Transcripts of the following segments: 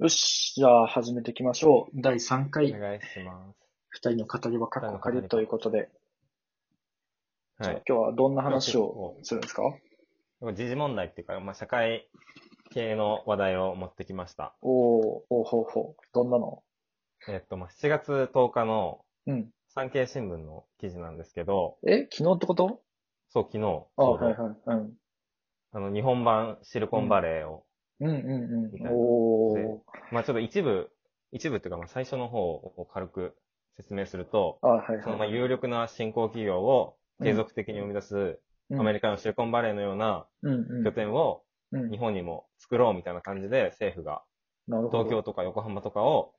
よし、じゃあ始めていきましょう。第3お回、願いしま二人の語りはカッコ仮ということで、す。はじゃあい。今日はどんな話をするんですかでも時事問題っていうか、まあ、社会系の話題を持ってきました。おー、おーほうほう、どんなのえっと、まあ、7月10日のうん。産経新聞の記事なんですけど、え昨日ってことそう、昨日、あ、ちょうどはいはい。うん。あの、日本版シリコンバレーを、うんうんうみたいん。なおー。まあ、ちょっと一部、一部っていうか、まあ、最初の方を軽く説明すると、あ、はいその、まはあ、い。有力な新興企業を継続的に生み出す、アアメリカのシリコンバレーのようなうんうん。拠点をうん日本にも作ろうみたいな感じで政府がなるほど。東京とか横浜とかを、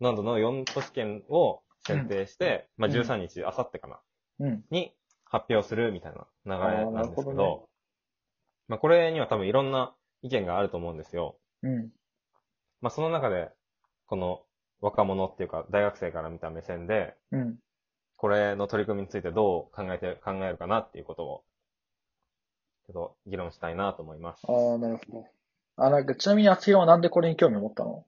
などの4都市圏を選定して、まあうん13日、あさってかな、うん。に発表するみたいな流れなんですけあーなるほど、どまあこれには多分いろんな意見があると思うんですよ。うん。まあその中で、この若者っていうか大学生から見た目線で、うん。これの取り組みについてどう考えて、考えるかなっていうことを、ちょっと議論したいなと思います。あー、なるほど。あ、なんか、ちなみに厚木はなんでこれに興味を持ったの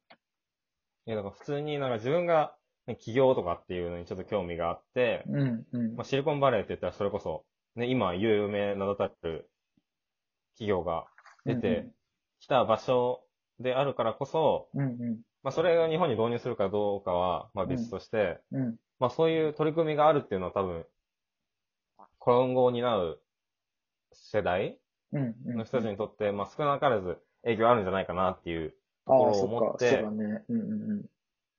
いや、だから普通になんか自分が、ね、起業とかっていうのにちょっと興味があって、うんうんまあ、。シリコンバレーって言ったらそれこそ、ね、今有名名だたる企業が出てきた場所であるからこそ、うんうん。まあ、それが日本に導入するかどうかは、まあ、別として、うんうん。まあ、そういう取り組みがあるっていうのは多分、今後を担う世代うんうん。の人たちにとって、まあ、少なからず影響あるんじゃないかなっていう、あころー、をそ持っっか、そうてだね。うんうんうん。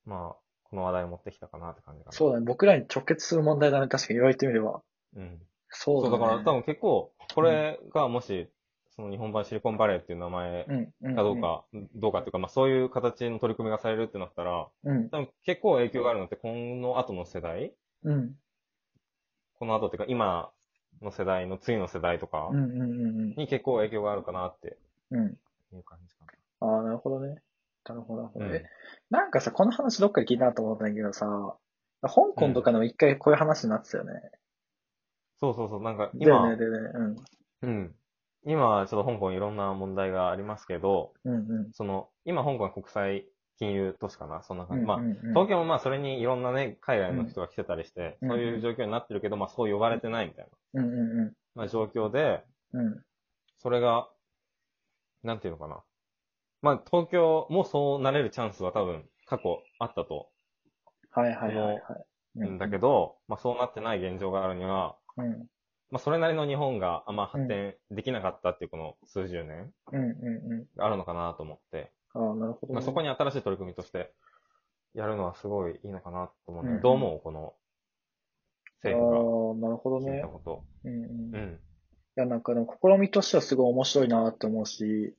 まあ、この話題を持ってきたかなって感じかな。そうだね。僕らに直結する問題だね。確かに言われてみれば。うん。そそうだう、だね。から多分結構、これがもし、その日本版シリコンバレーっていう名前うん、うん。かどう。か、どうかっていうか、まあそういう形の取り組みがされるってなったら、うん、多分結構影響があるのって、この後の世代うん、この後っていうか、今の世代の次の世代とかうん、うん、うんに結構影響があるかなってうん。うん。いう感じかああ、なるほどね。なるほど、なるほど。な。え、なんかさ、この話どっかで聞いたなと思ったんだけどさ、香港とかでも一回こういう話になってたよね。そうそうそう、なんかだよ今、ね、だよね。うん。今、ちょっと香港いろんな問題がありますけど、うん、うん、うん。その、今香港は国際金融都市かなそんな感うじ。んまあう、んうん東京もまあそれにいろんなね、海外の人が来てたりして、うんそういう状況になってるけど、まあそう呼ばれてないみたいな、うん、うまあ、状況で、ん、うん。うん、それが、なんていうのかな。まあ東京もそうなれるチャンスは多分過去あったと。はい、はい、はい、はい。んだけど、ど、まあそうなってない現状があるには、うん、うん、まあそれなりの日本があんま発展できなかったっていうこの数十年うん、うがあるのかなと思って、ん。ああ、なるほど、まあね。そこに新しい取り組みとしてやるのはすごいいいのかなと思うね。うんどう思うこのああ政府ー、なるほどが決めねた。こと。うん、うんう。ん。いや、なんかでも試みとしてはすごい面白いなって思うし、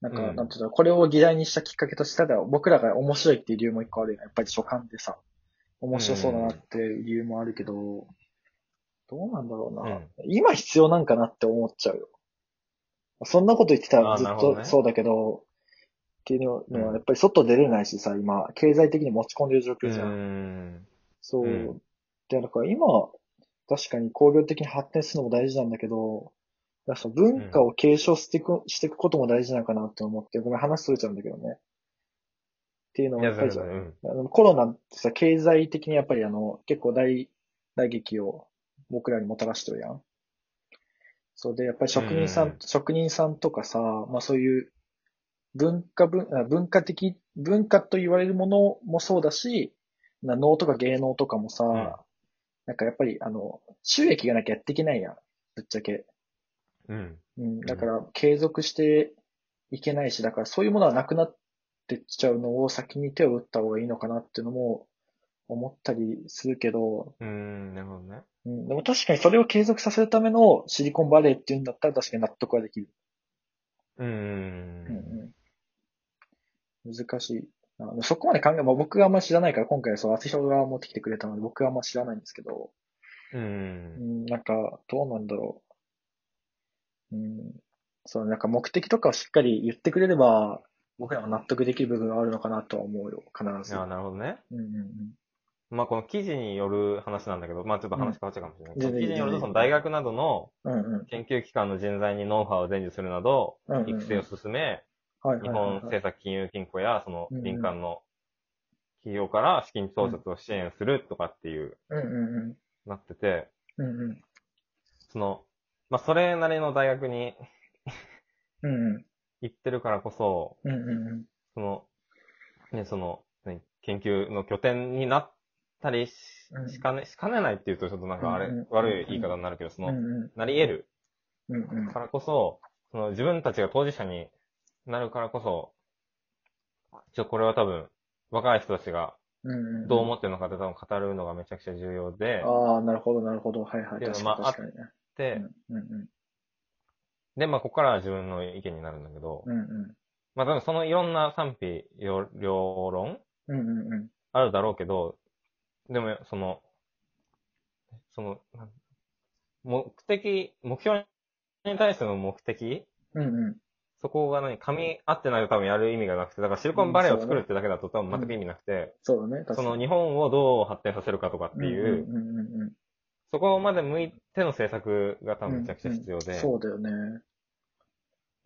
なんか、うんなんていうの、これを議題にしたきっかけとしては、僕らが面白いっていう理由も一個あるよねやっぱり初感でさ、面白そうだなっていう理由もあるけど、どうなんだろうな、うん今必要なんかなって思っちゃうよ。そんなこと言ってたらあーずっなるほどとねそうだけど、っていうのうはんやっぱり外出れないしさ、今、経済的に持ち込んでる状況じゃん。ん。そう。うんで、だから今、確かに工業的に発展するのも大事なんだけど、だからその文化を継承していく、していくことも大事なのかなって思って、ごめん、話それちゃうんだけどね。っていうのいもや、やっそぱれりぞさ、れ、うん。あのコロナってさ、経済的にやっぱりあの、結構大、大劇を僕らにもたらしてるやん。そうで、やっぱり職人さん、うん職人さんとかさ、まあそういう文化文、あ文化的、文化と言われるものもそうだし、な能とか芸能とかもさ、んなんかやっぱりあの、収益がなきゃやっていけないやん。ぶっちゃけ。うん。うん、だから継続していけないし、だからそういうものはなくなってっちゃうのを先に手を打った方がいいのかなっていうのも思ったりするけど、うーん、なるほどね。うん、でも確かにそれを継続させるためのシリコンバレーっていうんだったら確かに納得はできる。うーんうん。うん、難しいな。でもそこまで考え、まあ、僕があんま知らないから今回そう、厚弘が持ってきてくれたので僕はあんま知らないんですけど、う。うんん、なんか、どうなんだろう。うん、そう、なんか目的とかをしっかり言ってくれれば、僕らも納得できる部分があるのかなとは思うよ、必ず。ああ、なるほどね。うんうんうん。まあ、この記事による話なんだけど、まあ、ちょっと話変わっちゃうかもしれない。うんこの記事による全然と、その大学などのうんうん。研究機関の人材にノウハウを伝授するなどうんうん、育成を進め、はいはい日はい本はい。政策金融金庫や、そのうんうん民間の企業から資金調達を支援するとかっていう、うんうんなってて、うん。うんうん。その、まあ、それなりの大学にうんうん。行ってるからこそ、うんうんうん。その、ね、その、ね、研究の拠点になったりしうんしかね、しかねないっていうとちょっとなんかあれ、うんうん悪い言い方になるけど、その、うんうんなり得るうんうん。からこそ、その自分たちが当事者になるからこそ、ちょ、これは多分、若い人たちがうんんどう思ってるのかって多分語るのがめちゃくちゃ重要で、ああ、なるほど、なるほど。はいはい。っていうの確はかに確かにね。で、うんうんで、まあ、ここからは自分の意見になるんだけど、うん。うんまあ、多分そのいろんな賛否両両論うん。うんうんうん。あるだろうけど、でも、その、その、なん目的、目標に対しての目的うんうん。そこが何噛み合ってないと多分やる意味がなくて、だからシリコンバレーを作るってだけだと多分全く意味なくて、そうだね。確かそにの日本をどう発展させるかとかっていう、うんうんうんうんそこまで向いての政策がう多ん分めちゃくちゃ必要で、そうだよね。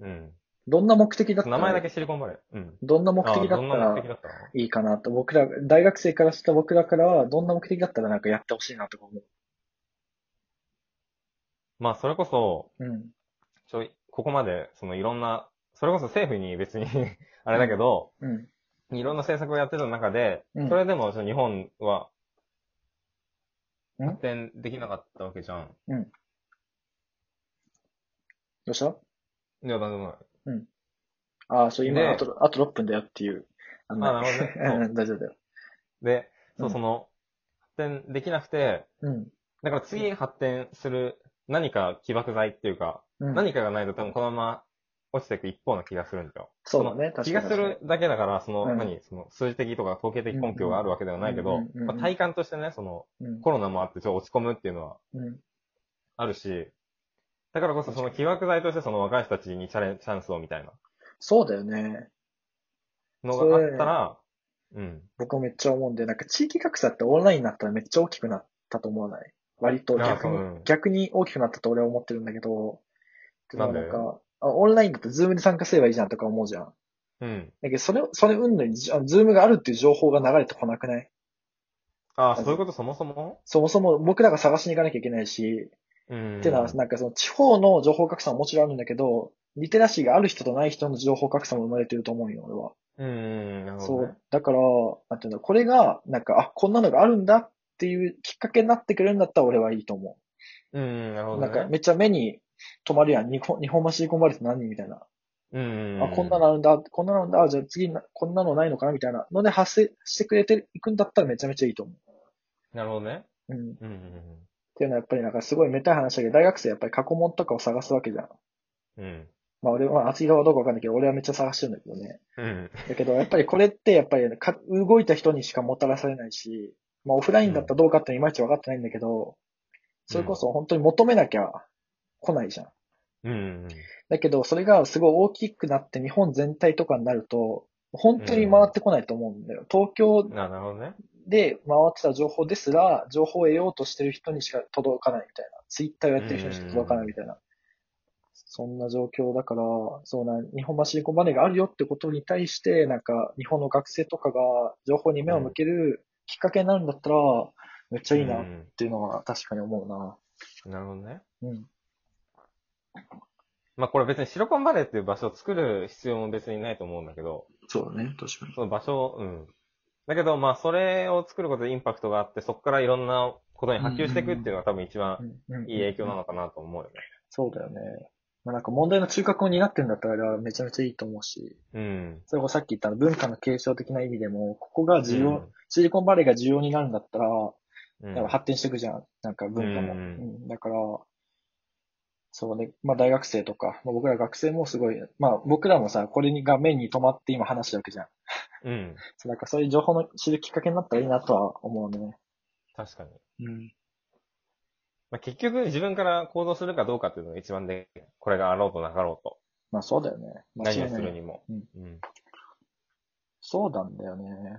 うんどんな目的だった名前だら、けシリコンバレー。うん。どんな目的だあっどんたなら目的だったのいいかなと、僕ら、大学生からした僕らからは、どんな目的だったらなんかやってほしいなとか思う。まあ、それこそ、うん。ちょい、ここまで、そのいろんな、それこそ政府に別に、 あれだけど、うん。いろんな政策をやってた中で、うんそれでもその日本はん発展できなかったわけじゃん。どうしたいや、なんでもない。ああ、そう、ね今、あと、あと6分だよっていう。ああなるほ どねうん大丈夫だよ。で、そうう、んその、発展できなくて、うん。だから次発展する何か起爆剤っていうか、うん、何かがないと多分このまま落ちていく一方な気がするんだよ。そうだね、その確か気にがするだけだから、その、うん何、その数字的とか統計的根拠があるわけではないけどうんうんうん、まあ体感としてね、その、うんコロナもあってちょっと落ち込むっていうのはうん。あるし、だからこそその起爆剤としてその若い人たちにチャレンチャンスをみたいなそうだよね。のがあったら、うん。僕もめっちゃ思うんで、なんか地域格差ってオンラインになったらめっちゃ大きくなったと思わない割と逆あに、そううん逆に大きくなったと俺は思ってるんだけど、でもなんなか、あオンラインだとズームで参加すればいいじゃんとか思うじゃん。うん。だけど、それ、それうんのに、じあズームがあるっていう情報が流れてこなくないああ、そういうことそもそもそもそも僕らが探しに行かなきゃいけないし、うん。っていうのは、なんかその地方の情報格差ももちろんあるんだけど、リテラシーがある人とない人の情報格差も生まれてると思うよ、俺は。うんうん、なるそほどうね。。だから、なんていうの、これが、なんか、あ、こんなのがあるんだっていうきっかけになってくれるんだったら俺はいいと思うんうん、なるう。ほなどんか、ね。めっちゃ目に留まるやん。日本、日本橋シリコンバレーって何みたいな。うんうんうん。あ、こんなのあるんだ、こんなのあるんだ、あじゃあ次な、こんなのないのかなみたいなので発生してくれていくんだったらめちゃめちゃいいと思なるほどね。う。うん。っうんうんていうのはやっぱりなんかすごいめたい話だけど、大学生やっぱり過去問とかを探すわけじゃん。うん。うん。まあ俺は、まあ厚木はどうかわかんないけど、俺はめっちゃ探してるんだけどね。うん。だけど、やっぱりこれって、やっぱりか動いた人にしかもたらされないし、まあオフラインだったらどうかっていまいち分かってないんだけど、それこそ本当に求めなきゃ来ないじゃん。うんうんうん。だけど、それがすごい大きくなって日本全体とかになると、本当に回ってこないと思うんだよ。東京ななるほどね。で回ってた情報ですら、情報を得ようとしてる人にしか届かないみたいな。ツイッターをやってる人にしか届かないみたいな。そんな状況だから、そうな、日本版シリコンバレーがあるよってことに対して、なんか、日本の学生とかが情報に目を向けるきっかけになるんだったら、めっちゃいいなっうんていうのは確かに思うな。うんなるほどね。うん。まあこれ別にシロコンバレーっていう場所を作る必要も別にないと思うんだけど、そうだね、確かに。その場所を、うん。だけどまあそれを作ることでインパクトがあって、そこからいろんなことに波及していくっていうのが多分一番うん、いい影響なのかなと思うよね。そうだよね。まあ、なんか問題の中核を担ってるんだったら、あれはめちゃめちゃいいと思うし、うん。それこそさっき言った文化の継承的な意味でも、ここが重要、うんシリコンバレーが重要になるんだったら、うんやっぱ発展していくじゃん。なんか文化も。うんうんうんだから、そうね。まあ大学生とか、まあ、僕ら学生もすごい、まあ僕らもさ、これが目に留まって今話してるわけじゃん。うん。そうなんかそういう情報の知るきっかけになったらいいなとは思うね。確かに。うん。まあ結局自分から行動するかどうかっていうのが一番で、これがあろうとなかろうと。まあそうだよね。間違い何なをいするにも。うんうん。そうなんだよね。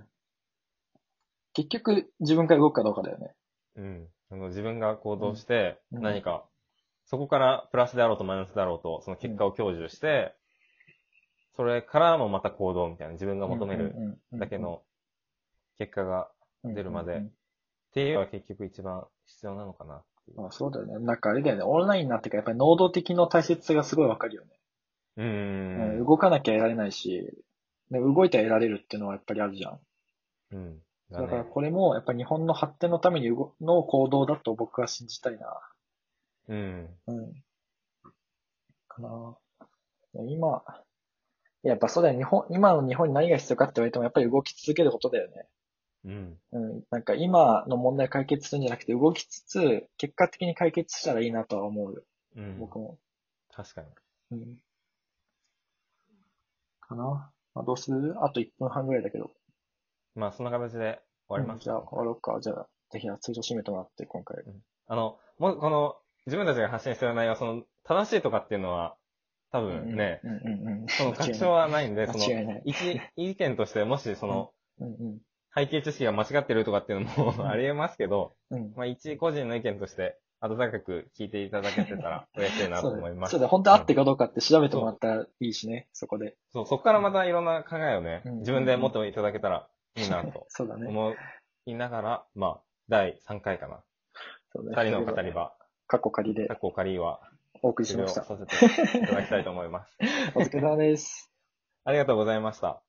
結局自分から動くかどうかだよね。うん。あの自分が行動して、うん何か、そこからプラスであろうとマイナスであろうと、その結果を享受して、それからもまた行動みたいな、自分が求めるだけの結果が、出るまでうんうんっていうのが結局一番必要なのかなっていううん。まあそうだよね。なんかあれだよね。オンラインになってからやっぱり能動的の大切さがすごいわかるよね。うーん。うん動かなきゃ得られないし、ね動いたら得られるっていうのはやっぱりあるじゃん。うん。だだねからこれもやっぱり日本の発展のために動の行動だと僕は信じたいな。うん。うん。かな。今、やっぱそうだよ、日本、今の日本に何が必要かって言われても、やっぱり動き続けることだよね。うん。うん。なんか今の問題解決するんじゃなくて、動きつつ、結果的に解決したらいいなとは思うよ。うん。僕も。確かに。うん。かな。まあ、どうするあと1分半ぐらいだけど。まあ、そんな形で終わりまうんすじゃあ、終わろうか。じゃあ、ぜひ、通常締めてもらって、今回。あの、もう、この、自分たちが発信してる内容、その、正しいとかっていうのは、多分ね、うんうんうん。その確証はないんで、そ間違いの、ない。一、意見として、もし、その、うんうん。背景知識が間違ってるとかっていうのうんも ありえますけど、うん。まあ、一個人の意見として、温かく聞いていただけてたら嬉しいなそとう思いまだ、す。そうだ、本当に合ってるかどうかって調べてもらったらいいしね、そこで。そう、そこからまたいろんな考えをね、うん自分で持っていただけたらいいなと そうだね。思いながら、まあ、第3回かな。そうだ二ね人の語 り。場、過去仮で過去仮は、お送りし 終了ましさた。せていただきたいと思います。お疲れ様です。ありがとうございました。